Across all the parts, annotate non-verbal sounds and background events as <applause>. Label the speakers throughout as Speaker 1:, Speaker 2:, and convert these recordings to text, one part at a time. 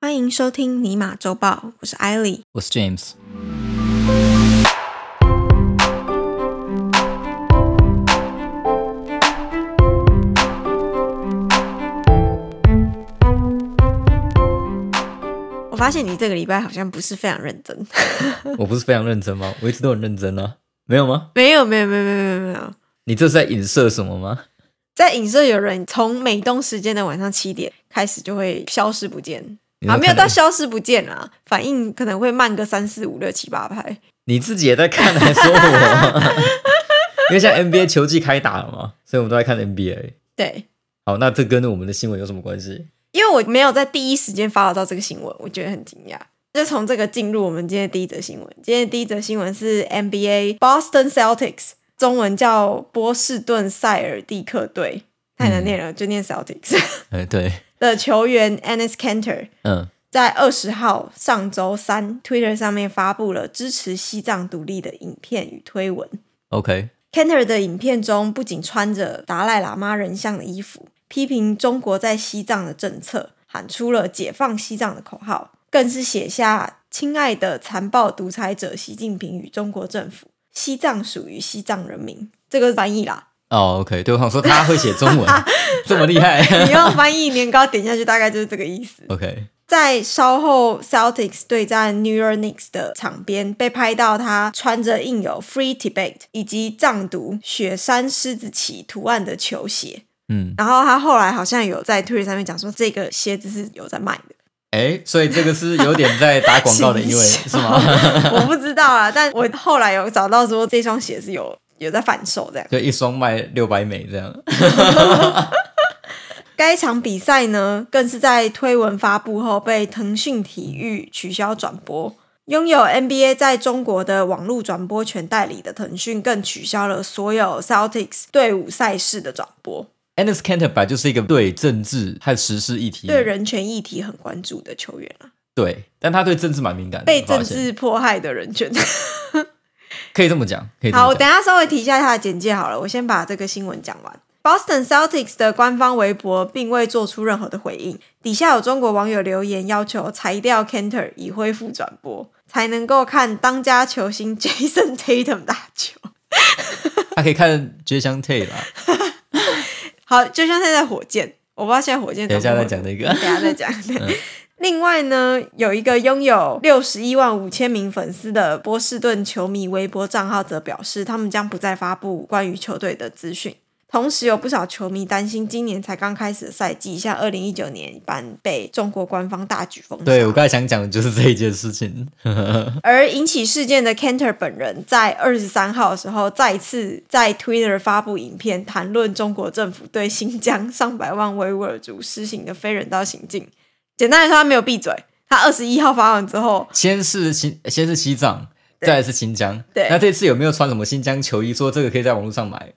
Speaker 1: 欢迎收听尼玛周报，我是艾莉。
Speaker 2: 我是 James。
Speaker 1: 我发现你这个礼拜好像不是非常认真，
Speaker 2: 我不是非常认真吗？我一直都很认真啊，没有吗？
Speaker 1: <laughs> 没有没有没有没有没有没有，
Speaker 2: 你这是在影射什么吗？
Speaker 1: 在影射有人从美东时间的晚上七点开始就会消失不见
Speaker 2: 你
Speaker 1: 啊，
Speaker 2: 在
Speaker 1: 没有
Speaker 2: 看
Speaker 1: 到消失不见啊，反应可能会慢个三四五六七八拍。
Speaker 2: 你自己也在看，还说我？因为现在 NBA 球季开打了嘛，所以我们都在看 NBA。
Speaker 1: 对，
Speaker 2: 好，那这跟我们的新闻有什么关系？
Speaker 1: 因为我没有在第一时间发到这个新闻，我觉得很惊讶。就从这个进入我们今天的第一则新闻。今天的第一则新闻是 NBA Boston Celtics，中文叫波士顿塞尔蒂克队，太难念了，就念 Celtics <laughs>
Speaker 2: 哎，对，
Speaker 1: 的球员 Anis Cantor
Speaker 2: 嗯，
Speaker 1: 在二十号上周三 Twitter 上面发布了支持西藏独立的影片与推文。
Speaker 2: OK，
Speaker 1: Cantor 的影片中不仅穿着达赖喇嘛人像的衣服，批评中国在西藏的政策，喊出了“解放西藏”的口号，更是写下“亲爱的残暴独裁者习近平与中国政府，西藏属于西藏人民”。这个是翻译啦，
Speaker 2: 哦，OK，对我想说他会写中
Speaker 1: <laughs>
Speaker 2: 文，这么厉害。
Speaker 1: 你用翻译年糕点下去，大概就是这个意思。 <laughs>
Speaker 2: OK，
Speaker 1: 在稍后 Celtics 对战 New York Knicks 的场边，被拍到他穿着印有 Free Tibet 以及藏独雪山狮子旗图案的球鞋。
Speaker 2: 嗯，
Speaker 1: 然后他后来好像有在 Twitter 上面讲说，这个鞋子是有在卖的，
Speaker 2: 哎，所以这个是有点在打广告的意
Speaker 1: <laughs>
Speaker 2: 味，
Speaker 1: 行
Speaker 2: 是吗？
Speaker 1: <laughs> 我不知道啊，但我后来有找到说这双鞋是有有在贩售这样。
Speaker 2: 就一双卖六百美这样。
Speaker 1: 该场比赛呢，更是在推文发布后被腾讯体育取消转播。拥有 NBA 在中国的网络转播权代理的腾讯，更取消了所有 Celtics 队伍赛事的转播，
Speaker 2: Anis Cantor 本来就是一个对政治和时事议题
Speaker 1: 对人权议题很关注的球员啊，
Speaker 2: 对，但他对政治蛮敏感的，
Speaker 1: 被
Speaker 2: 我发
Speaker 1: 政
Speaker 2: 现
Speaker 1: 治迫害的人权。
Speaker 2: 可以这么讲，可以这
Speaker 1: 好，
Speaker 2: 么
Speaker 1: 我
Speaker 2: 讲。
Speaker 1: 等一下稍微提一下它的简介好了，我先把这个新闻讲完。Boston Celtics 的官方微博并未做出任何的回应，底下有中国网友留言要求裁掉 Cantor 以恢复转播，才能够看当家球星 <laughs> Jason Tatum 打球。
Speaker 2: 他可以看《绝香 Tay》啦，
Speaker 1: <laughs> 好，就像现在火箭，我不知道现在火箭
Speaker 2: 等一下
Speaker 1: 怎么
Speaker 2: 再
Speaker 1: 会
Speaker 2: 讲那
Speaker 1: <laughs>
Speaker 2: 个。嗯
Speaker 1: 等一下再
Speaker 2: <laughs>
Speaker 1: 讲。对 <laughs> 另外呢，有一个拥有六十一万五千名粉丝的波士顿球迷微博账号则表示，他们将不再发布关于球队的资讯。同时，有不少球迷担心，今年才刚开始的赛季，像二零一九年一般被中国官方大举封杀。
Speaker 2: 对我刚才想讲的就是这一件事情。
Speaker 1: 而引起事件的 Cantor 本人在二十三号的时候，再次在 Twitter 发布影片，谈论中国政府对新疆上百万维吾尔族施行的非人道行径。简单来说，他没有闭嘴。他二十一号发完之后，
Speaker 2: 先是新，先是西藏，再来是新疆。
Speaker 1: 对
Speaker 2: 那这次有没有穿什么新疆球衣？说这个可以在网络上买，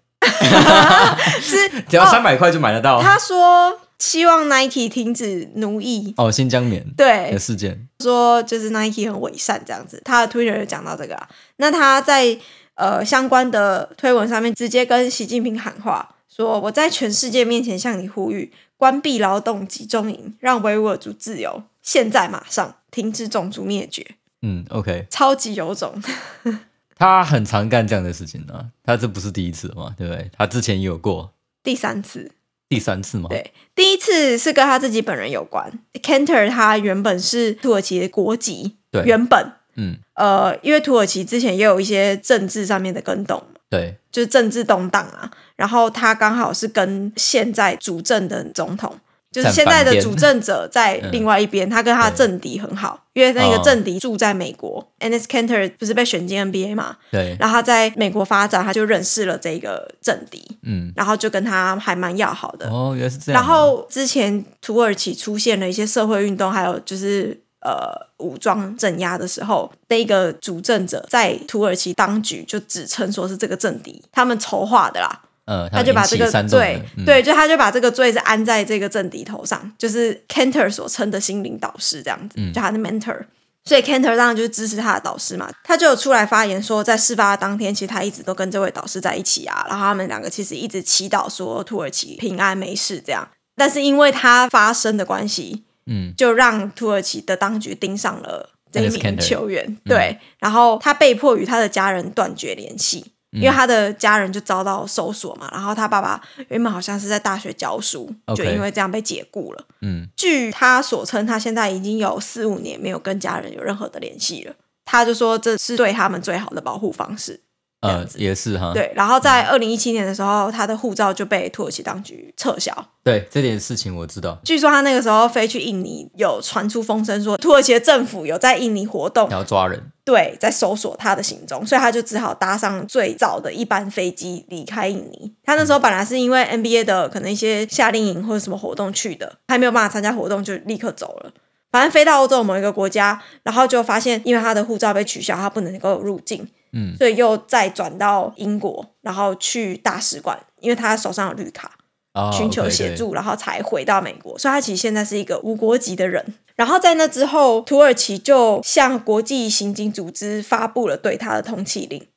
Speaker 1: 是
Speaker 2: 只要三
Speaker 1: 哦，
Speaker 2: 百块就买得到。
Speaker 1: 他说希望 Nike 停止奴役。
Speaker 2: 哦，新疆棉
Speaker 1: 对
Speaker 2: 的，事件，
Speaker 1: 说就是 Nike 很伪善这样子，他的 Twitter 有讲到这个啊。那他在呃相关的推文上面直接跟习近平喊话，说我在全世界面前向你呼吁，关闭劳动集中营，让维吾尔族自由，现在马上停止种族灭绝，
Speaker 2: 嗯，OK，
Speaker 1: 超级有种。 <laughs>
Speaker 2: 他很常干这样的事情啊，他这不是第一次嘛，对不对？他之前也有过
Speaker 1: 第三次，
Speaker 2: 第三次嘛，
Speaker 1: 对，第一次是跟他自己本人有关。Cantor 他原本是土耳其的国籍，
Speaker 2: 对
Speaker 1: 原本
Speaker 2: 嗯，
Speaker 1: 呃，因为土耳其之前也有一些政治上面的跟动嘛
Speaker 2: 对，
Speaker 1: 就是政治动荡啊。然后他刚好是跟现在主政的总统，就是
Speaker 2: 站
Speaker 1: 现在
Speaker 2: 反
Speaker 1: 的
Speaker 2: 边嗯
Speaker 1: 主政
Speaker 2: <laughs>
Speaker 1: 者在另外一边，他跟他的
Speaker 2: 对
Speaker 1: 政敌很好，因为那个
Speaker 2: 哦
Speaker 1: 政敌住在美国、a n i s Cantor 不是被选进 NBA 嘛，
Speaker 2: 对，
Speaker 1: 然后他在美国发展，他就认识了这个政敌，
Speaker 2: 嗯，
Speaker 1: 然后就跟他还蛮要好的。
Speaker 2: 哦，原来是这样
Speaker 1: 然
Speaker 2: 啊。
Speaker 1: 后之前土耳其出现了一些社会运动，还有就是呃武装镇压的时候，那个主政者在土耳其当局就指称说是这个政敌他们筹划的啦，
Speaker 2: 呃，
Speaker 1: 他就把
Speaker 2: 引
Speaker 1: 这
Speaker 2: 起
Speaker 1: 个
Speaker 2: 煽动
Speaker 1: 罪
Speaker 2: 的、嗯
Speaker 1: 对，就他就把这个罪是安在这个政敌头上，就是 Cantor 所称的心灵导师这样子，
Speaker 2: 嗯
Speaker 1: 就他的 mentor。所以 Cantor 当然就是支持他的导师嘛，他就有出来发言说，在事发的当天，其实他一直都跟这位导师在一起啊，然后他们两个其实一直祈祷说土耳其平安没事这样，但是因为他发生的关系，
Speaker 2: 嗯，
Speaker 1: 就让土耳其的当局盯上了这一
Speaker 2: Enes Kanter
Speaker 1: 名球员。
Speaker 2: 嗯
Speaker 1: 对，然后他被迫与他的家人断绝联系，因为他的家人就遭到搜索嘛。然后他爸爸原本好像是在大学教书
Speaker 2: OK
Speaker 1: 就因为这样被解雇了。
Speaker 2: 嗯，
Speaker 1: 据他所称，他现在已经有四五年没有跟家人有任何的联系了。他就说这是对他们最好的保护方式。这
Speaker 2: 呃
Speaker 1: 样，子
Speaker 2: 也是哈，
Speaker 1: 对，然后在二零一七年的时候，他的护照就被土耳其当局撤销。
Speaker 2: 对，这点事情我知道，
Speaker 1: 据说他那个时候飞去印尼，有传出风声说土耳其的政府有在印尼活动，
Speaker 2: 要抓人，
Speaker 1: 对，在搜索他的行踪，所以他就只好搭上最早的一班飞机离开印尼。他那时候本来是因为 NBA 的可能一些夏令营或者什么活动去的，还没有办法参加活动就立刻走了。反正飞到欧洲某一个国家，然后就发现因为他的护照被取消，他不能够入境，
Speaker 2: 嗯，
Speaker 1: 所以又再转到英国，然后去大使馆，因为他手上有绿卡，
Speaker 2: 哦
Speaker 1: 寻求
Speaker 2: OK，
Speaker 1: 协
Speaker 2: 对
Speaker 1: 助，然后才回到美国。所以他其实现在是一个无国籍的人。然后在那之后，土耳其就向国际刑警组织发布了对他的通缉令，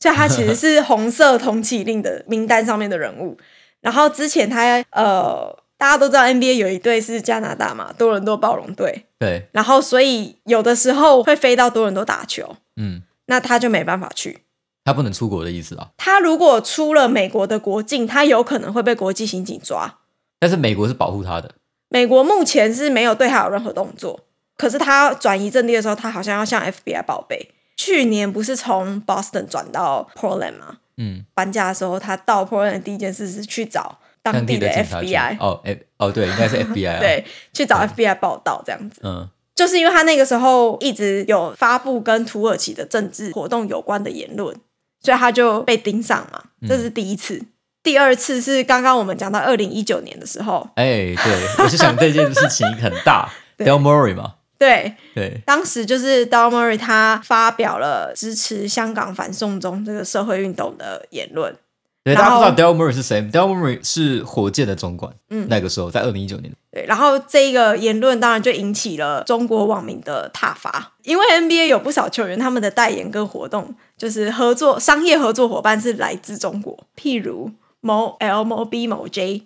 Speaker 1: 所以他其实
Speaker 2: <laughs>
Speaker 1: 是红色通缉令的名单上面的人物。然后之前他呃，大家都知道 NBA 有一队是加拿大嘛，多伦多暴龙队，
Speaker 2: 对，
Speaker 1: 然后所以有的时候会飞到多伦多打球，
Speaker 2: 嗯，
Speaker 1: 那他就没办法去。
Speaker 2: 他不能出国的意思啊。
Speaker 1: 他如果出了美国的国境，他有可能会被国际刑警抓。
Speaker 2: 但是美国是保护他的，
Speaker 1: 美国目前是没有对他有任何动作，可是他转移阵地的时候，他好像要向 FBI 报备。去年不是从 Boston 转到 Portland 吗？
Speaker 2: 嗯，
Speaker 1: 搬家的时候，他到 Portland 的第一件事是去找当
Speaker 2: 当
Speaker 1: 地
Speaker 2: 地
Speaker 1: 的
Speaker 2: 警察局
Speaker 1: FBI，
Speaker 2: 哦，哎、哦，对，应该是 FBI
Speaker 1: <laughs>
Speaker 2: 啊，，
Speaker 1: 对，去找 FBI 报道这样子。
Speaker 2: 嗯，
Speaker 1: 就是因为他那个时候一直有发布跟土耳其的政治活动有关的言论，所以他就被盯上嘛。这
Speaker 2: 嗯
Speaker 1: 是第一次，第二次是刚刚我们讲到二零一九年的时候，
Speaker 2: 哎、对，我就想这件事情很
Speaker 1: <laughs>
Speaker 2: 大，Del Murray 嘛，
Speaker 1: 对，
Speaker 2: 对，
Speaker 1: 当时就是 d a l m u r y 他发表了支持香港反送中这个社会运动的言论，
Speaker 2: 对，
Speaker 1: 然
Speaker 2: 大家
Speaker 1: 后
Speaker 2: 不知道 Del Murray 是谁，Del Murray 是火箭的总管，嗯，那个时候在二零一九年，
Speaker 1: 对，然后这一个言论当然就引起了中国网民的挞伐，因为 NBA 有不少球员他们的代言跟活动就是合作商业合作伙伴是来自中国，譬如某 L 某 B 某 J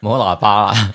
Speaker 2: 磨喇叭啦，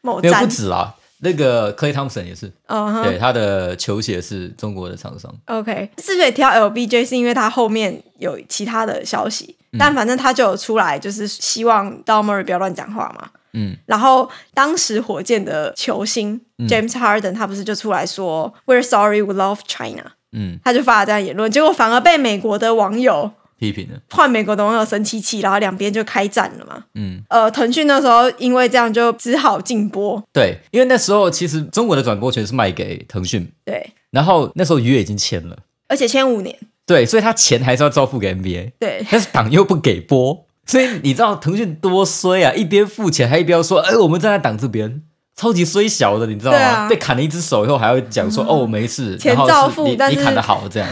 Speaker 1: 某
Speaker 2: 啊没有不
Speaker 1: 站，
Speaker 2: 止啦，那个 Clay Thompson 也是，
Speaker 1: 哦嗯哼
Speaker 2: 对，他的球鞋是中国的厂商，
Speaker 1: ，OK，之所以挑 LBJ 是因为他后面有其他的消息，但反正他就有出来，就是希望 d a l m u r y 不要乱讲话嘛。
Speaker 2: 嗯，
Speaker 1: 然后当时火箭的球星 James Harden 他不是就出来说 “We're sorry, we love China”，
Speaker 2: 嗯，
Speaker 1: 他就发了这样言论，结果反而被美国的网友
Speaker 2: 批评的，
Speaker 1: 换美国的网友生气气，然后两边就开战了嘛。
Speaker 2: 嗯，
Speaker 1: 呃，腾讯那时候因为这样就只好禁播，
Speaker 2: 对，因为那时候其实中国的转播权是卖给腾讯，
Speaker 1: 对，
Speaker 2: 然后那时候约已经签了，
Speaker 1: 而且签五年，
Speaker 2: 对，所以他钱还是要照付给 NBA，
Speaker 1: 对，
Speaker 2: 但是党又不给播，所以你知道腾讯多衰啊！一边付钱，还一边说：“哎、我们站在党这边。”超级衰小的，你知道吗？
Speaker 1: 对啊
Speaker 2: 被砍了一只手以后，还要讲
Speaker 1: <laughs>
Speaker 2: 说：“哦，没事，
Speaker 1: 钱
Speaker 2: 然后
Speaker 1: 照付
Speaker 2: 你
Speaker 1: 但
Speaker 2: 你
Speaker 1: 是
Speaker 2: 砍的好这样。”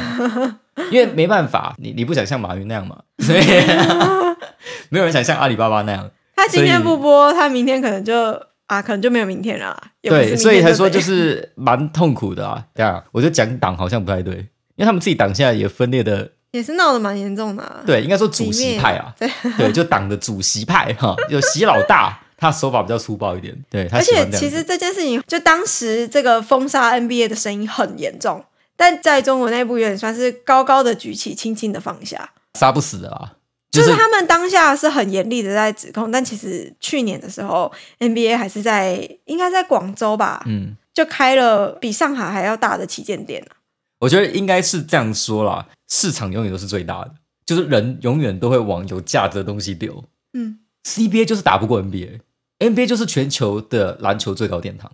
Speaker 1: <laughs>
Speaker 2: 因为没办法，你你不想像马云那样嘛，所以 <laughs> 没有人想像阿里巴巴那样。
Speaker 1: 他今天
Speaker 2: 所以
Speaker 1: 不播，他明天可能就啊，可能就没有明天了啦。也不是
Speaker 2: 对，
Speaker 1: 明
Speaker 2: 所以
Speaker 1: 天
Speaker 2: 才说
Speaker 1: 这
Speaker 2: 就
Speaker 1: 样
Speaker 2: 是蛮痛苦的啊。这 <laughs> 样，我就讲党好像不太对，因为他们自己党现在也分裂的
Speaker 1: 也是闹得蛮严重的、啊，
Speaker 2: 对，应该说主
Speaker 1: 里
Speaker 2: 席
Speaker 1: 面
Speaker 2: 派啊，
Speaker 1: 对
Speaker 2: 对，就党的主席派
Speaker 1: <laughs>
Speaker 2: 哈，有习老大，他手法比较粗暴一点，对他
Speaker 1: 而
Speaker 2: 喜欢
Speaker 1: 且
Speaker 2: 这样子。
Speaker 1: 其实这件事情，就当时这个封杀 NBA 的声音很严重，但在中国内部有点算是高高的举起，轻轻的放下。
Speaker 2: 杀不死的啦，就
Speaker 1: 就是是他们当下是很严厉的在指控，但其实去年的时候，NBA 还是在应该在广州吧，
Speaker 2: 嗯，
Speaker 1: 就开了比上海还要大的旗舰店啊
Speaker 2: 我觉得应该是这样说啦，市场永远都是最大的，就是人永远都会往有价值的东西流。
Speaker 1: 嗯
Speaker 2: ，CBA 就是打不过 NBA，NBA 就是全球的篮球最高殿堂。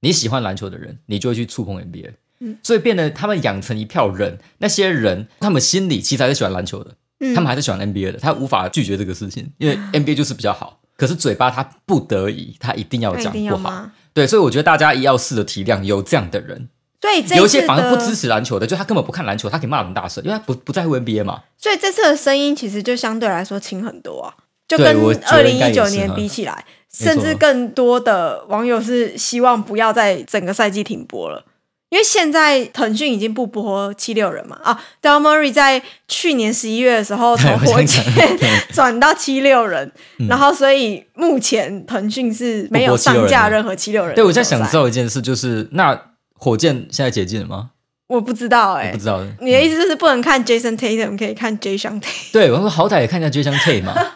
Speaker 2: 你喜欢篮球的人，你就会去触碰 NBA，、
Speaker 1: 嗯
Speaker 2: 所以变得他们养成一票人，那些人他们心里其实还是喜欢篮球的，
Speaker 1: 嗯
Speaker 2: 他们还是喜欢 NBA 的，他无法拒绝这个事情，
Speaker 1: <laughs>
Speaker 2: 因为 NBA 就是比较好。可是嘴巴他不得已，他一定要
Speaker 1: 那一
Speaker 2: 讲
Speaker 1: 定
Speaker 2: 不
Speaker 1: 要
Speaker 2: 好。
Speaker 1: 吗？
Speaker 2: 对，所以我觉得大家也要试着体谅有这样的人，
Speaker 1: 所以这
Speaker 2: 有
Speaker 1: 一
Speaker 2: 一些
Speaker 1: 次
Speaker 2: 反而不支
Speaker 1: 的，
Speaker 2: 持篮球的，就他根本不看篮球，他可以骂得很大声，因为他不不在乎 NBA 嘛。
Speaker 1: 所以这次的声音其实就相对来说轻很多啊，就
Speaker 2: 对
Speaker 1: 跟
Speaker 2: 我觉
Speaker 1: 二
Speaker 2: 得
Speaker 1: 零
Speaker 2: 应该
Speaker 1: 一
Speaker 2: 也是
Speaker 1: 九
Speaker 2: 哈
Speaker 1: 年比起来，
Speaker 2: 没错
Speaker 1: 甚至更多的网友是希望不要在整个赛季停播了，因为现在腾讯已经不播七六人嘛啊，Del Murray 在去年十一月的时
Speaker 2: <laughs>
Speaker 1: 候从 <laughs>
Speaker 2: 我
Speaker 1: 火
Speaker 2: 想
Speaker 1: 箭
Speaker 2: 讲
Speaker 1: <laughs>
Speaker 2: 嗯
Speaker 1: 转到七六人，然后所以目前腾讯是没有
Speaker 2: 不播76
Speaker 1: 上架
Speaker 2: 人
Speaker 1: 任何七六人的
Speaker 2: 对，我在
Speaker 1: 球赛 <laughs>
Speaker 2: 想知道一件事，就是那火箭现在解禁了吗？
Speaker 1: 我不知道哎、
Speaker 2: 我不知道。
Speaker 1: 你的意思就是不能看 Jason Tatum，可以看 J a s o n Tatum。
Speaker 2: 对，我说好歹也看一下 j a s o n T 嘛。 <laughs>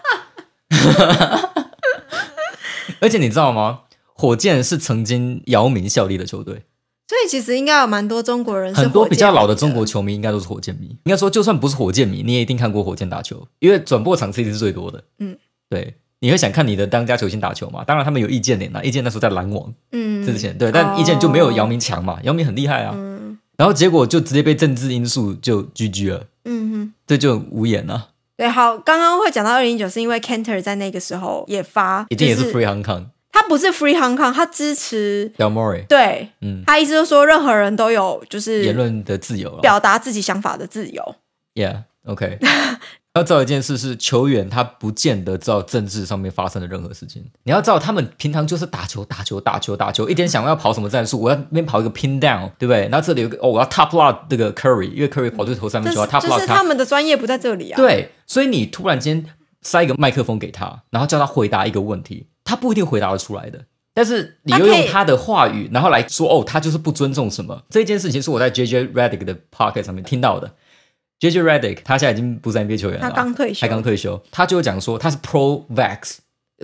Speaker 2: 而且你知道吗？火箭是曾经姚明效力的球队，
Speaker 1: 所以其实应该有蛮多中国人是
Speaker 2: 很多
Speaker 1: 火箭
Speaker 2: 比较老的
Speaker 1: 迷
Speaker 2: 中国球迷应该都是火箭迷。应该说，就算不是火箭迷，你也一定看过火箭打球，因为转播场次一定是最多的。
Speaker 1: 嗯，
Speaker 2: 对，你会想看你的当家球星打球嘛？当然，他们有易建联啊，易建那时候在篮网
Speaker 1: 嗯哦
Speaker 2: 之前，对，但易建就没有姚明强嘛，姚明很厉害啊。然后结果就直接被政治因素就 GG 了，
Speaker 1: 嗯哼。
Speaker 2: 这就很无言啊，
Speaker 1: 对，好，刚刚会讲到二零一九，是因为 Cantor 在那个时候也发，
Speaker 2: 一定也是
Speaker 1: 就
Speaker 2: Free Hong Kong
Speaker 1: 他不是 Free Hong Kong，他支持
Speaker 2: Del Murray，
Speaker 1: 对，
Speaker 2: 嗯，
Speaker 1: 他意思就是说任何人都有就
Speaker 2: 言
Speaker 1: 是
Speaker 2: 论的自由了。
Speaker 1: 表达自己想法的自由。
Speaker 2: Yeah，OK、要 <laughs> 知道一件事是，球员他不见得知道政治上面发生的任何事情。你要知道，他们平常就是打球、打球、打球、打球，一点想要跑什么战术，我要那边跑一个 pin down，对不对？然后这里有个哦，我要 top lock 这个 Curry，因为 Curry 跑对投三
Speaker 1: 这
Speaker 2: 分
Speaker 1: 是
Speaker 2: 球，要 top
Speaker 1: 就
Speaker 2: lock
Speaker 1: 是他们的专业不在这里啊。，
Speaker 2: 对，所以你突然间塞一个麦克风给他，然后叫他回答一个问题，他不一定回答得出来的。但是你
Speaker 1: 他
Speaker 2: 又
Speaker 1: 可
Speaker 2: 用
Speaker 1: 以
Speaker 2: 他的话语，然后来说哦，他就是不尊重什
Speaker 1: 嗯
Speaker 2: 么。这件事情是我在 J J Redick 的 pocket 上面听到的。J J Redick 他现在已经不是 NBA 球员了
Speaker 1: 他
Speaker 2: 啊，
Speaker 1: 刚退休
Speaker 2: 他，刚退休，他就讲说他是 pro vax。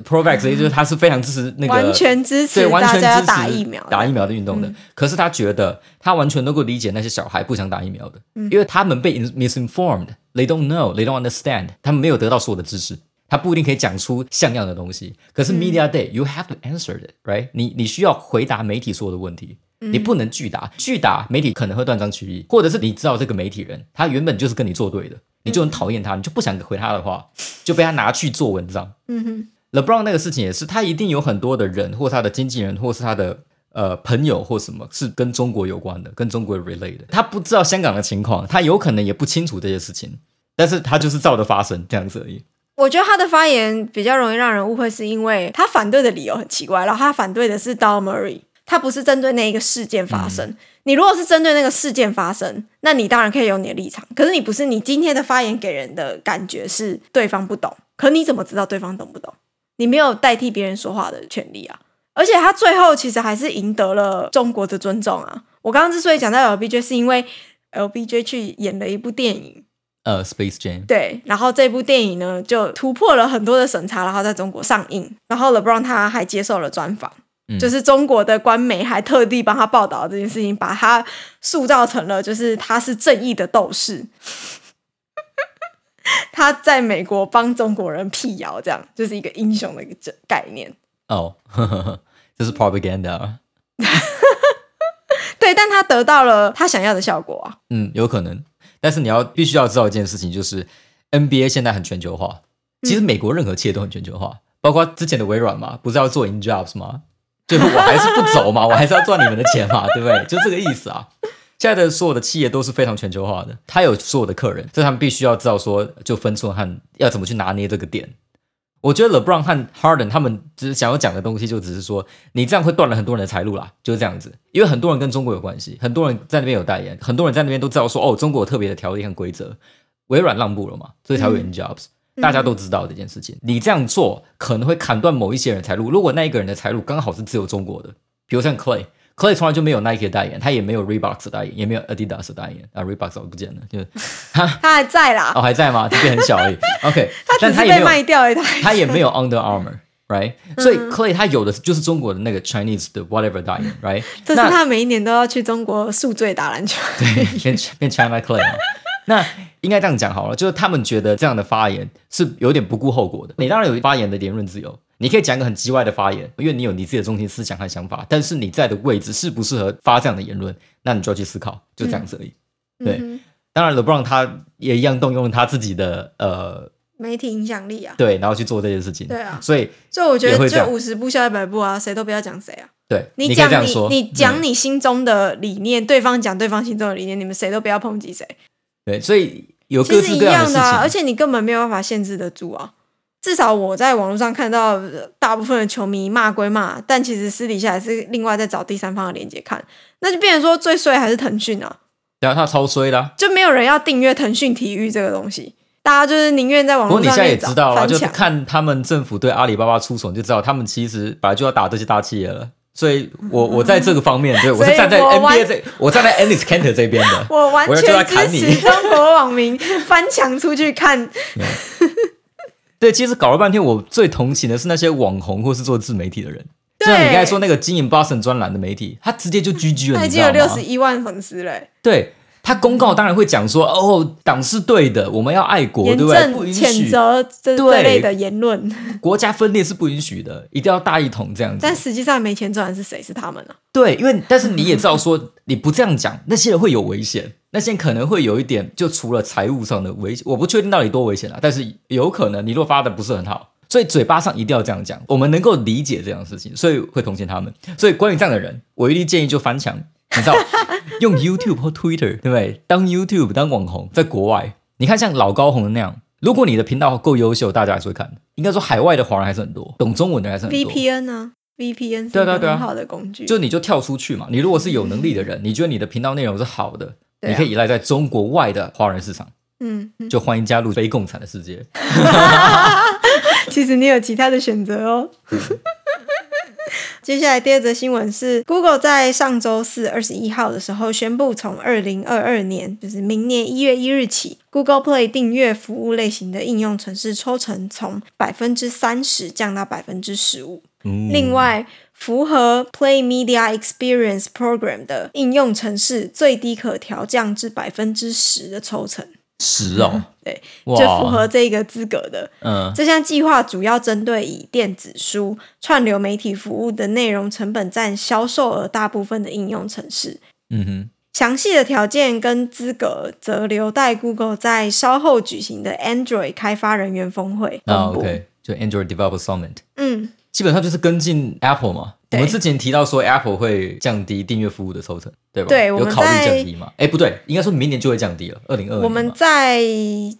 Speaker 2: Pro Vax 的意思就是他是非常支持那个
Speaker 1: 嗯完全支持
Speaker 2: 对完全
Speaker 1: 大
Speaker 2: 支持
Speaker 1: 家要打疫苗的嗯
Speaker 2: 打疫苗的运动的。可是他觉得他完全能够理解那些小孩不想打疫苗的，
Speaker 1: 嗯
Speaker 2: 因为他们被 in- misinformed，they don't know，they don't understand，他们没有得到所有的知识，他不一定可以讲出像样的东西。可
Speaker 1: 嗯
Speaker 2: 是 media day，you have to answer it，right？你你需要回答媒体所有的问题。
Speaker 1: 嗯
Speaker 2: 你不能拒打，拒打媒体可能会断章取义，或者是你知道这个媒体人他原本就是跟你作对的，你就很讨厌他，你就不想回他的话，就被他拿去做文章。
Speaker 1: 嗯哼，
Speaker 2: LeBron 那个事情也是，他一定有很多的人，或是他的经纪人，或是他的呃朋友或什么，是跟中国有关的，跟中国 relate 的。他不知道香港的情况，他有可能也不清楚这些事情，但是他就是照着发生这样子而已。
Speaker 1: 我觉得他的发言比较容易让人误会，是因为他反对的理由很奇怪，然后他反对的是 Dal Murray，他不是针对那一个事件发生。你如果是针对那个事件发生，那你当然可以有你的立场，可是你不是，你今天的发言给人的感觉是对方不懂，可你怎么知道对方懂不懂？你没有代替别人说话的权利啊！而且他最后其实还是赢得了中国的尊重啊！我刚刚之所以讲到 LBJ，是因为 LBJ 去演了一部电影，
Speaker 2: 呃，Space Jam，
Speaker 1: 对，然后这部电影呢就突破了很多的审查，然后在中国上映。然后 LeBron 他还接受了专访，
Speaker 2: 嗯
Speaker 1: 就是中国的官媒还特地帮他报道这件事情，把他塑造成了就是他是正义的斗士。 <laughs> 他在美国帮中国人辟谣，这样就是一个英雄的一个这概念。
Speaker 2: 哦， <laughs> 呵呵呵，这是 propaganda，
Speaker 1: 对，但他得到了他想要的效果啊。
Speaker 2: 嗯，有可能。但是你要必须要知道一件事情，就是 NBA 现在很全球化，其实美国任何企业都很全球化，包括之前的微软嘛，不是要做 InJobs 吗？就是我还是不走嘛，我 <laughs> 还是要赚你们的钱嘛，对不对？就这个意思啊。现在的所有的企业都是非常全球化的，它有所有的客人，所以他们必须要知道说就分寸和要怎么去拿捏这个点。我觉得 LeBron 和 Harden 他们只是想要讲的东西，就只是说你这样会断了很多人的财路啦，就是这样子。因为很多人跟中国有关系，很多人在那边有代言，很多人在那边都知道说哦，中国有特别的条例和规则，微软让步了嘛，所以才会
Speaker 1: 嗯
Speaker 2: 有 jobs、大家都知道这件事情，你这样做可能会砍断某一些人的财路。如果那一个人的财路刚好是只有中国的，比如像 Clay。Clay 从来就没有 Nike 的代言，他也没有 Reebok 的代言，也没有 Adidas 的代言啊，Reebok 早就不见了，就是
Speaker 1: 他还在啦，
Speaker 2: 哦还在吗？只 <laughs> 是很小而已。OK，
Speaker 1: <laughs> 他只
Speaker 2: 但
Speaker 1: 是
Speaker 2: 也没
Speaker 1: 被
Speaker 2: 有
Speaker 1: 卖掉而已。他
Speaker 2: 他也
Speaker 1: <laughs>
Speaker 2: 没有 Under Armour，right？、所以 Clay 他有的就是中国的那个 Chinese 的 whatever 代言，right？
Speaker 1: 嗯 <laughs> 这是
Speaker 2: 那 <laughs>
Speaker 1: 他每一年都要去中国宿醉打篮球。
Speaker 2: 对，变变 China Clay 嘛。那应该这样讲好了，就是他们觉得这样的发言是有点不顾后果的。你当然有发言的言论自由，你可以讲一个很叽歪的发言，因为你有你自己的中心思想和想法，但是你在的位置适不适合发这样的言论，那你就要去思考，就这样子而已。对，
Speaker 1: 嗯哼
Speaker 2: 当然，LeBron 他也一样动用他自己的呃
Speaker 1: 媒体影响力啊。
Speaker 2: 对，然后去做这件事情。
Speaker 1: 对啊
Speaker 2: 所以
Speaker 1: 所以我觉
Speaker 2: 也
Speaker 1: 得
Speaker 2: 会这
Speaker 1: 就
Speaker 2: 样
Speaker 1: 五十步笑一百步啊，谁都不要讲谁啊。
Speaker 2: 对，你可以
Speaker 1: 讲
Speaker 2: 这样
Speaker 1: 你
Speaker 2: 说，
Speaker 1: 你
Speaker 2: 嗯
Speaker 1: 讲你心中的理念，对方讲对方心中的理念，你们谁都不要抨击谁，
Speaker 2: 对，所以有
Speaker 1: 其
Speaker 2: 各
Speaker 1: 实
Speaker 2: 式
Speaker 1: 一
Speaker 2: 各样
Speaker 1: 样
Speaker 2: 的事
Speaker 1: 的
Speaker 2: 情，
Speaker 1: 啊。而且你根本没有办法限制得住啊。至少我在网络上看到，呃大部分的球迷骂归骂，但其实私底下还是另外在找第三方的链接看，那就变成说最衰还是腾讯啊，
Speaker 2: 对啊，他超衰的啊、
Speaker 1: 就没有人要订阅腾讯体育这个东西，大家就是宁愿在网
Speaker 2: 不过
Speaker 1: 络
Speaker 2: 你
Speaker 1: 上
Speaker 2: 现在也
Speaker 1: 面找
Speaker 2: 知道了，
Speaker 1: 翻
Speaker 2: 就
Speaker 1: 墙。
Speaker 2: 看他们政府对阿里巴巴出手，你就知道他们其实本来就要打这些大企业了。所以我，我在这个方面，对
Speaker 1: <laughs>
Speaker 2: 我
Speaker 1: 所
Speaker 2: 是
Speaker 1: 以
Speaker 2: 站在
Speaker 1: 我
Speaker 2: NBA
Speaker 1: 完
Speaker 2: 这，我站在 Ennis Cantor 这边的。 <laughs>
Speaker 1: 我完
Speaker 2: 我要就要
Speaker 1: 全支
Speaker 2: 砍你 <laughs>
Speaker 1: 持中国网民翻墙出去看，
Speaker 2: 对，其实搞了半天，我最同情的是那些网红或是做自媒体的人。就
Speaker 1: 对
Speaker 2: 像你刚才说那个经营 Boston 专栏的媒体，他直接就 GG 了，
Speaker 1: 他已
Speaker 2: 你知
Speaker 1: 经有
Speaker 2: 道
Speaker 1: 六
Speaker 2: 吗
Speaker 1: 十？一万粉丝了、
Speaker 2: 对他公告当然会讲说，哦，党是对的，我们要爱国，
Speaker 1: 严
Speaker 2: 对不对？不
Speaker 1: 正
Speaker 2: 允
Speaker 1: 谴
Speaker 2: 许
Speaker 1: 责这
Speaker 2: 对
Speaker 1: 这类的言论， <laughs>
Speaker 2: 国家分裂是不允许的，一定要大一统这样子
Speaker 1: 但。实际上没钱赚的是谁？是他们啊！
Speaker 2: 对，因为但是你也知道说，你不这样讲，那些人会有危险，那些人可能会有一点，就除了财务上的危险，我不确定到底多危险啊，但是有可能你若发的不是很好，所以嘴巴上一定要这样讲，我们能够理解这样的事情，所以会同情他们。所以关于这样的人，我一律建议就翻墙，你知道，用 YouTube 或 Twitter，对不对？当 YouTube 当网红，在国外，你看像老高红的那样。如果你的频道够优秀，大家还是会看的。应该说，海外的华人还是很多，懂中文的还是很多。
Speaker 1: VPN 呢、VPN 是
Speaker 2: 对啊
Speaker 1: 一
Speaker 2: 对啊
Speaker 1: 个
Speaker 2: 对啊
Speaker 1: 很好的工具。
Speaker 2: 就你就跳出去嘛。你如果是有能力的人，你觉得你的频道内容是好的，
Speaker 1: 嗯对啊
Speaker 2: 你可以依赖在中国外的华人市场，
Speaker 1: 嗯，嗯
Speaker 2: 就欢迎加入非共产的世界。
Speaker 1: 其实你有其他的选择哦。 <laughs> 接下来第二则新闻是，Google 在上周四二十一号的时候宣布，从二零二二年，就是明年一月一日起，Google Play 订阅服务类型的应用程式抽成从百分之三十降到百分之十五。
Speaker 2: 嗯
Speaker 1: 另外，符合 Play Media Experience Program 的应用程式最低可调降至百分之十的抽成，
Speaker 2: 十哦，
Speaker 1: <laughs> 对，
Speaker 2: 哇，
Speaker 1: 就符合这个资格的。
Speaker 2: 嗯
Speaker 1: 这项计划主要针对以电子书、串流媒体服务的内容成本占销售额大部分的应用程式。
Speaker 2: 嗯哼，
Speaker 1: 详细的条件跟资格则留待 Google 在稍后举行的 Android 开发人员峰会
Speaker 2: 那
Speaker 1: 公布。
Speaker 2: 啊 OK，就 Android Developer Summit，
Speaker 1: 嗯，
Speaker 2: 基本上就是跟进 Apple 嘛。我
Speaker 1: 对
Speaker 2: 们之前提到说 Apple 会降低订阅服务的抽成，对吧？
Speaker 1: 对我
Speaker 2: 有
Speaker 1: 们
Speaker 2: 考虑
Speaker 1: 在
Speaker 2: 降低嘛？哎，不对，应该说明年就会降低了，二零二二。
Speaker 1: 我们在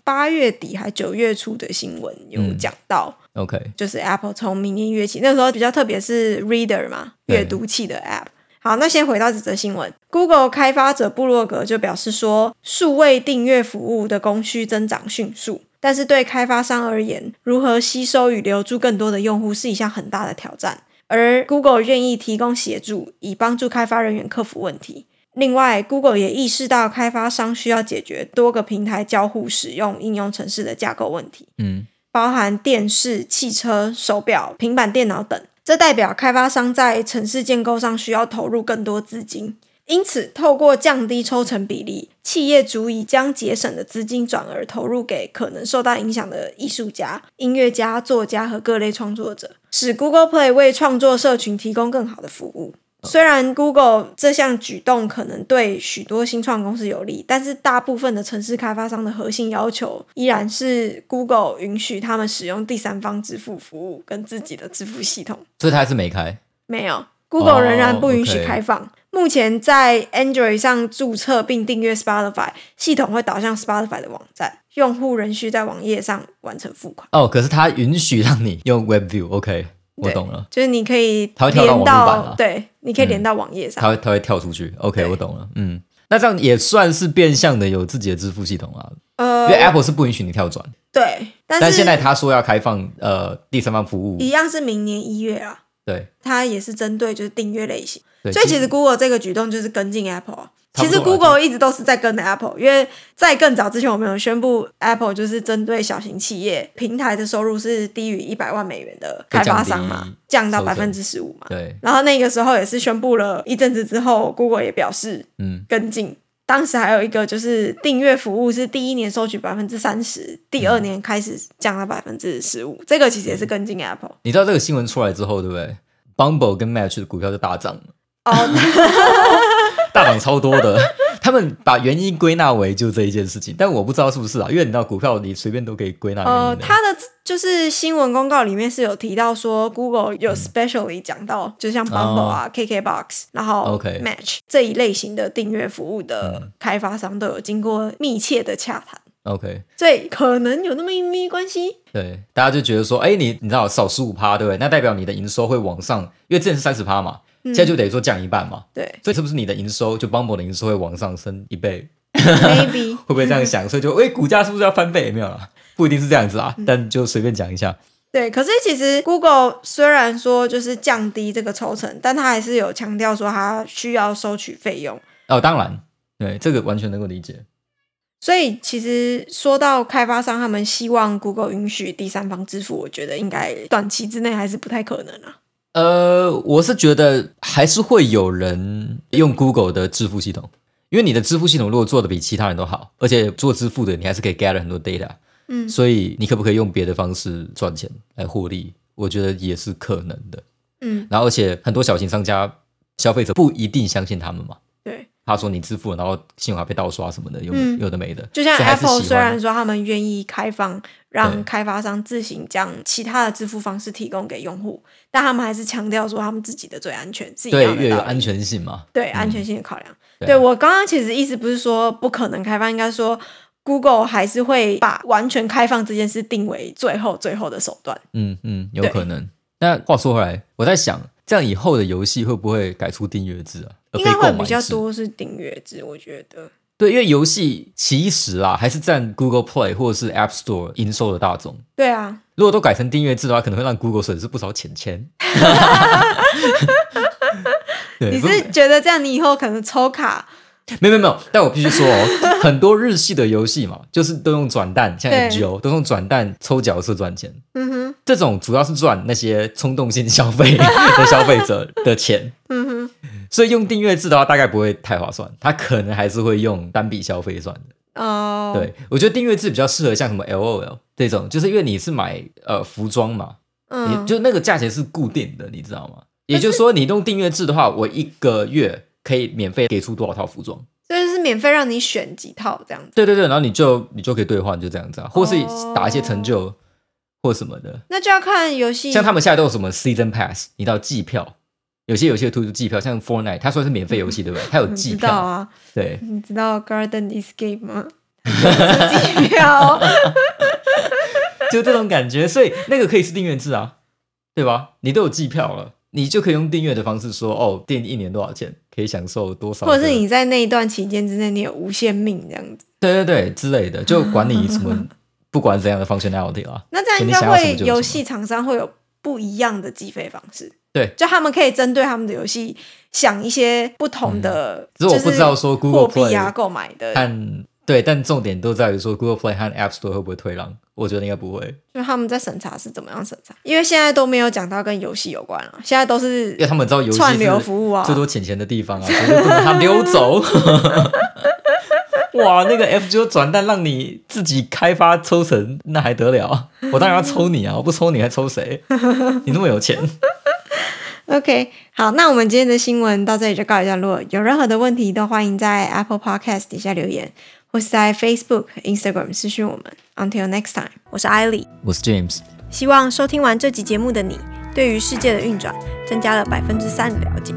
Speaker 1: 八月底还九月初的新闻有
Speaker 2: 嗯
Speaker 1: 讲到，
Speaker 2: OK，
Speaker 1: 就是 Apple 从明年一月起，那时候比较特别是 Reader 嘛，
Speaker 2: 对
Speaker 1: 阅读器的 App。好，那先回到这则新闻，Google 开发者部落格就表示说，数位订阅服务的供需增长迅速，但是对开发商而言，如何吸收与留住更多的用户是一项很大的挑战。而 Google 愿意提供协助，以帮助开发人员克服问题。另外，Google 也意识到开发商需要解决多个平台交互使用应用程式的架构问题。
Speaker 2: 嗯，
Speaker 1: 包含电视、汽车、手表、平板电脑等。这代表开发商在城市建构上需要投入更多资金，因此透过降低抽成比例，企业足以将节省的资金转而投入给可能受到影响的艺术家、音乐家、作家和各类创作者，使 Google Play 为创作社群提供更好的服务。虽然 Google 这项举动可能对许多新创公司有利，但是大部分的城市开发商的核心要求依然是 Google 允许他们使用第三方支付服务跟自己的支付系统。
Speaker 2: 所以他还是没开。
Speaker 1: 没有，Google 仍然不允许
Speaker 2: 哦 OK
Speaker 1: 开放。目前在 Android 上注册并订阅 Spotify，系统会导向 Spotify 的网站，用户仍需在网页上完成付款。
Speaker 2: 哦，可是他允许让你用 WebView，OK，我
Speaker 1: 对
Speaker 2: 懂了。
Speaker 1: 就是你可以
Speaker 2: 它会跳到
Speaker 1: 连
Speaker 2: 网络版啊
Speaker 1: 对，你可以连到网页上。
Speaker 2: 它会它会跳出去。OK，
Speaker 1: 对
Speaker 2: 我懂了。嗯，那这样也算是变相的有自己的支付系统啊，因为
Speaker 1: 呃，
Speaker 2: Apple 是不允许你跳转，
Speaker 1: 对，但
Speaker 2: 但
Speaker 1: 是
Speaker 2: 现在他说要开放呃第三方服务，
Speaker 1: 一样是明年一月啊，
Speaker 2: 对
Speaker 1: 它也是针对就是订阅类型。
Speaker 2: 对，
Speaker 1: 所以其实 Google 这个举动就是跟进 Apple 啊。
Speaker 2: 差
Speaker 1: 其
Speaker 2: 不多
Speaker 1: 实
Speaker 2: 啊
Speaker 1: Google 一直都是在跟着 Apple，因为在更早之前，我们有宣布 Apple 就是针对小型企业平台的收入是低于一百万美元的开发商嘛，降到
Speaker 2: 收
Speaker 1: 百
Speaker 2: 成
Speaker 1: 分之十五嘛。
Speaker 2: 对，
Speaker 1: 然后那个时候也是宣布了一阵子之后，Google 也表示
Speaker 2: 嗯，
Speaker 1: 跟进。当时还有一个就是订阅服务是第一年收取百分之三十，第
Speaker 2: 嗯
Speaker 1: 二年开始降到百分之十五，这个其实也是跟进 Apple。
Speaker 2: 你知道这个新闻出来之后，对不对？Bumble 跟 Match 的股票就大涨了，
Speaker 1: 哦，
Speaker 2: 大涨超多的。 <laughs> 他们把原因归纳为就这一件事情，但我不知道是不是啊，因为你知道股票你随便都可以归纳原因
Speaker 1: 呃，
Speaker 2: 的
Speaker 1: 它的就是新闻公告里面是有提到说，Google
Speaker 2: 嗯
Speaker 1: 有 specially 讲到，就像 Bumble 啊、KKBox，然后
Speaker 2: 哦 OK
Speaker 1: Match 这一类型的订阅服务的开发商都有经过密切的洽谈。
Speaker 2: OK，
Speaker 1: 所以可能有那么一咪咪关系。
Speaker 2: 对，大家就觉得说，哎，你你知道少十五趴，对不对？那代表你的营收会往上，因为之前是三十趴嘛，现在就等于说降一半嘛， <laughs>
Speaker 1: 对
Speaker 2: 所以是不是你的营收就 Bumble 的营收会往上升一倍？
Speaker 1: ，maybe
Speaker 2: 会不会这样想？所以就，哎，股价是不是要翻倍？没有啦，不一定是这样子啊，但就随便讲一下。
Speaker 1: 对。可是其实 Google 虽然说就是降低这个抽成，但它还是有强调说它需要收取费用。
Speaker 2: 哦，当然，对，这个完全能够理解。
Speaker 1: 所以其实说到开发商，他们希望 Google 允许第三方支付，我觉得应该短期之内还是不太可能啊。
Speaker 2: 呃，我是觉得还是会有人用 Google 的支付系统，因为你的支付系统如果做的比其他人都好，而且做支付的你还是可以 gather 很多 data，
Speaker 1: 嗯
Speaker 2: 所以你可不可以用别的方式赚钱来获利？我觉得也是可能的。
Speaker 1: 嗯，
Speaker 2: 然后，而且很多小型商家消费者不一定相信他们嘛，
Speaker 1: 对。
Speaker 2: 他说你支付了，然后信用卡被盗刷什么的，有的、
Speaker 1: 嗯
Speaker 2: 有的没的，
Speaker 1: 就像
Speaker 2: 所以还是
Speaker 1: Apple
Speaker 2: 喜
Speaker 1: 虽
Speaker 2: 欢
Speaker 1: 然说他们愿意开放
Speaker 2: 对
Speaker 1: 让开发商自行将其他的支付方式提供给用户，但他们还是强调说他们自己的最安全是一
Speaker 2: 对
Speaker 1: 样
Speaker 2: 越
Speaker 1: 的
Speaker 2: 有
Speaker 1: 道理
Speaker 2: 安全性嘛，
Speaker 1: 对安全性的考量。
Speaker 2: 对啊
Speaker 1: 对我刚刚其实意思不是说不可能开放，应该说 Google 还是会把完全开放这件事定为最后最后的手段。
Speaker 2: 嗯嗯，有
Speaker 1: 对
Speaker 2: 可能。那话说回来，我在想，这样以后的游戏会不会改出订阅制啊？而
Speaker 1: 应
Speaker 2: 非
Speaker 1: 该会
Speaker 2: 购买
Speaker 1: 比较
Speaker 2: 制。
Speaker 1: 多是订阅制，我觉得。
Speaker 2: 对，因为游戏其实啊，还是占 Google Play 或者是 App Store 营收的大宗。
Speaker 1: 对啊，
Speaker 2: 如果都改成订阅制的话，可能会让 Google 损失不少钱钱。 <laughs> 对，
Speaker 1: 你
Speaker 2: 不
Speaker 1: 是觉得这样，你以后可能抽卡，
Speaker 2: 没有没有没有，但我必须说哦， <laughs> 很多日系的游戏嘛，就是都用转蛋，像
Speaker 1: 对
Speaker 2: FGO 都用转蛋抽角色赚钱。
Speaker 1: 嗯哼，
Speaker 2: 这种主要是赚那些冲动性消费的消费者的钱，
Speaker 1: 嗯哼，
Speaker 2: 所以用订阅制的话，大概不会太划算，他可能还是会用单笔消费算的。
Speaker 1: 哦，
Speaker 2: 对，我觉得订阅制比较适合像什么 LOL 这种，就是因为你是买呃服装嘛，
Speaker 1: 嗯，
Speaker 2: 你就那个价钱是固定的，你知道吗？也就是说，你用订阅制的话，我一个月可以免费给出多少套服装？
Speaker 1: 所以就是免费让你选几套这样子。
Speaker 2: 对对对，然后你就你就可以兑换，就这样子啊，或是
Speaker 1: 哦嗯
Speaker 2: 打一些成就或什么的。
Speaker 1: 那就要看游戏，
Speaker 2: 像他们现在都有什么 season pass，你到季票，有些游戏会推出季票，像 Fortnite，它虽然是免费游
Speaker 1: <laughs>
Speaker 2: 戏，对不对？它有
Speaker 1: 你
Speaker 2: 季
Speaker 1: 知道
Speaker 2: 票，
Speaker 1: 啊？
Speaker 2: 对
Speaker 1: 你知道 Garden Escape 吗？ <laughs> 机哦
Speaker 2: <laughs>
Speaker 1: 票，
Speaker 2: 就这种感觉，所以那个可以是订阅制啊，对吧？你都有季票了，你就可以用订阅的方式说，哦，订一年多少钱，可以享受多少的，
Speaker 1: 或者是你在那一段期间之内，你有无限命这样子。
Speaker 2: 对对对之类的，就管你什么， <laughs> 不管怎样的 functionality 啊，
Speaker 1: 那这样应该
Speaker 2: 就你想要什么
Speaker 1: 会
Speaker 2: 就有什么
Speaker 1: 游戏厂商会有不一样的计费方式。
Speaker 2: 对
Speaker 1: 就他们可以针对他们的游戏想一些不同的，
Speaker 2: 嗯只是我不知道说
Speaker 1: 就是
Speaker 2: Google
Speaker 1: 货币啊
Speaker 2: Play 哎
Speaker 1: 购买的，
Speaker 2: 但对，但重点都在于说 Google Play 和 App Store 会不会退让，我觉得应该不会，
Speaker 1: 就他们在审查是怎么样审查，因为现在都没有讲到跟游戏有关了，现在都是
Speaker 2: 因为他们知道游戏
Speaker 1: 串流服务啊
Speaker 2: 是最多钱钱的地方啊， <laughs> 所以就不能他溜走。 <laughs> 哇，那个 F 九转蛋让你自己开发抽成，那还得了？我当然要抽你啊！我不抽你还抽谁？你那么有钱，
Speaker 1: OK，好，那我们今天的新闻到这里就告一段落。有任何的问题都欢迎在 Apple Podcast 底下留言，或是在 Facebook、Instagram 私讯我们。Until next time，我是艾莉。
Speaker 2: 我是 James，
Speaker 1: 希望收听完这集节目的你，对于世界的运转增加了百分之三的了解。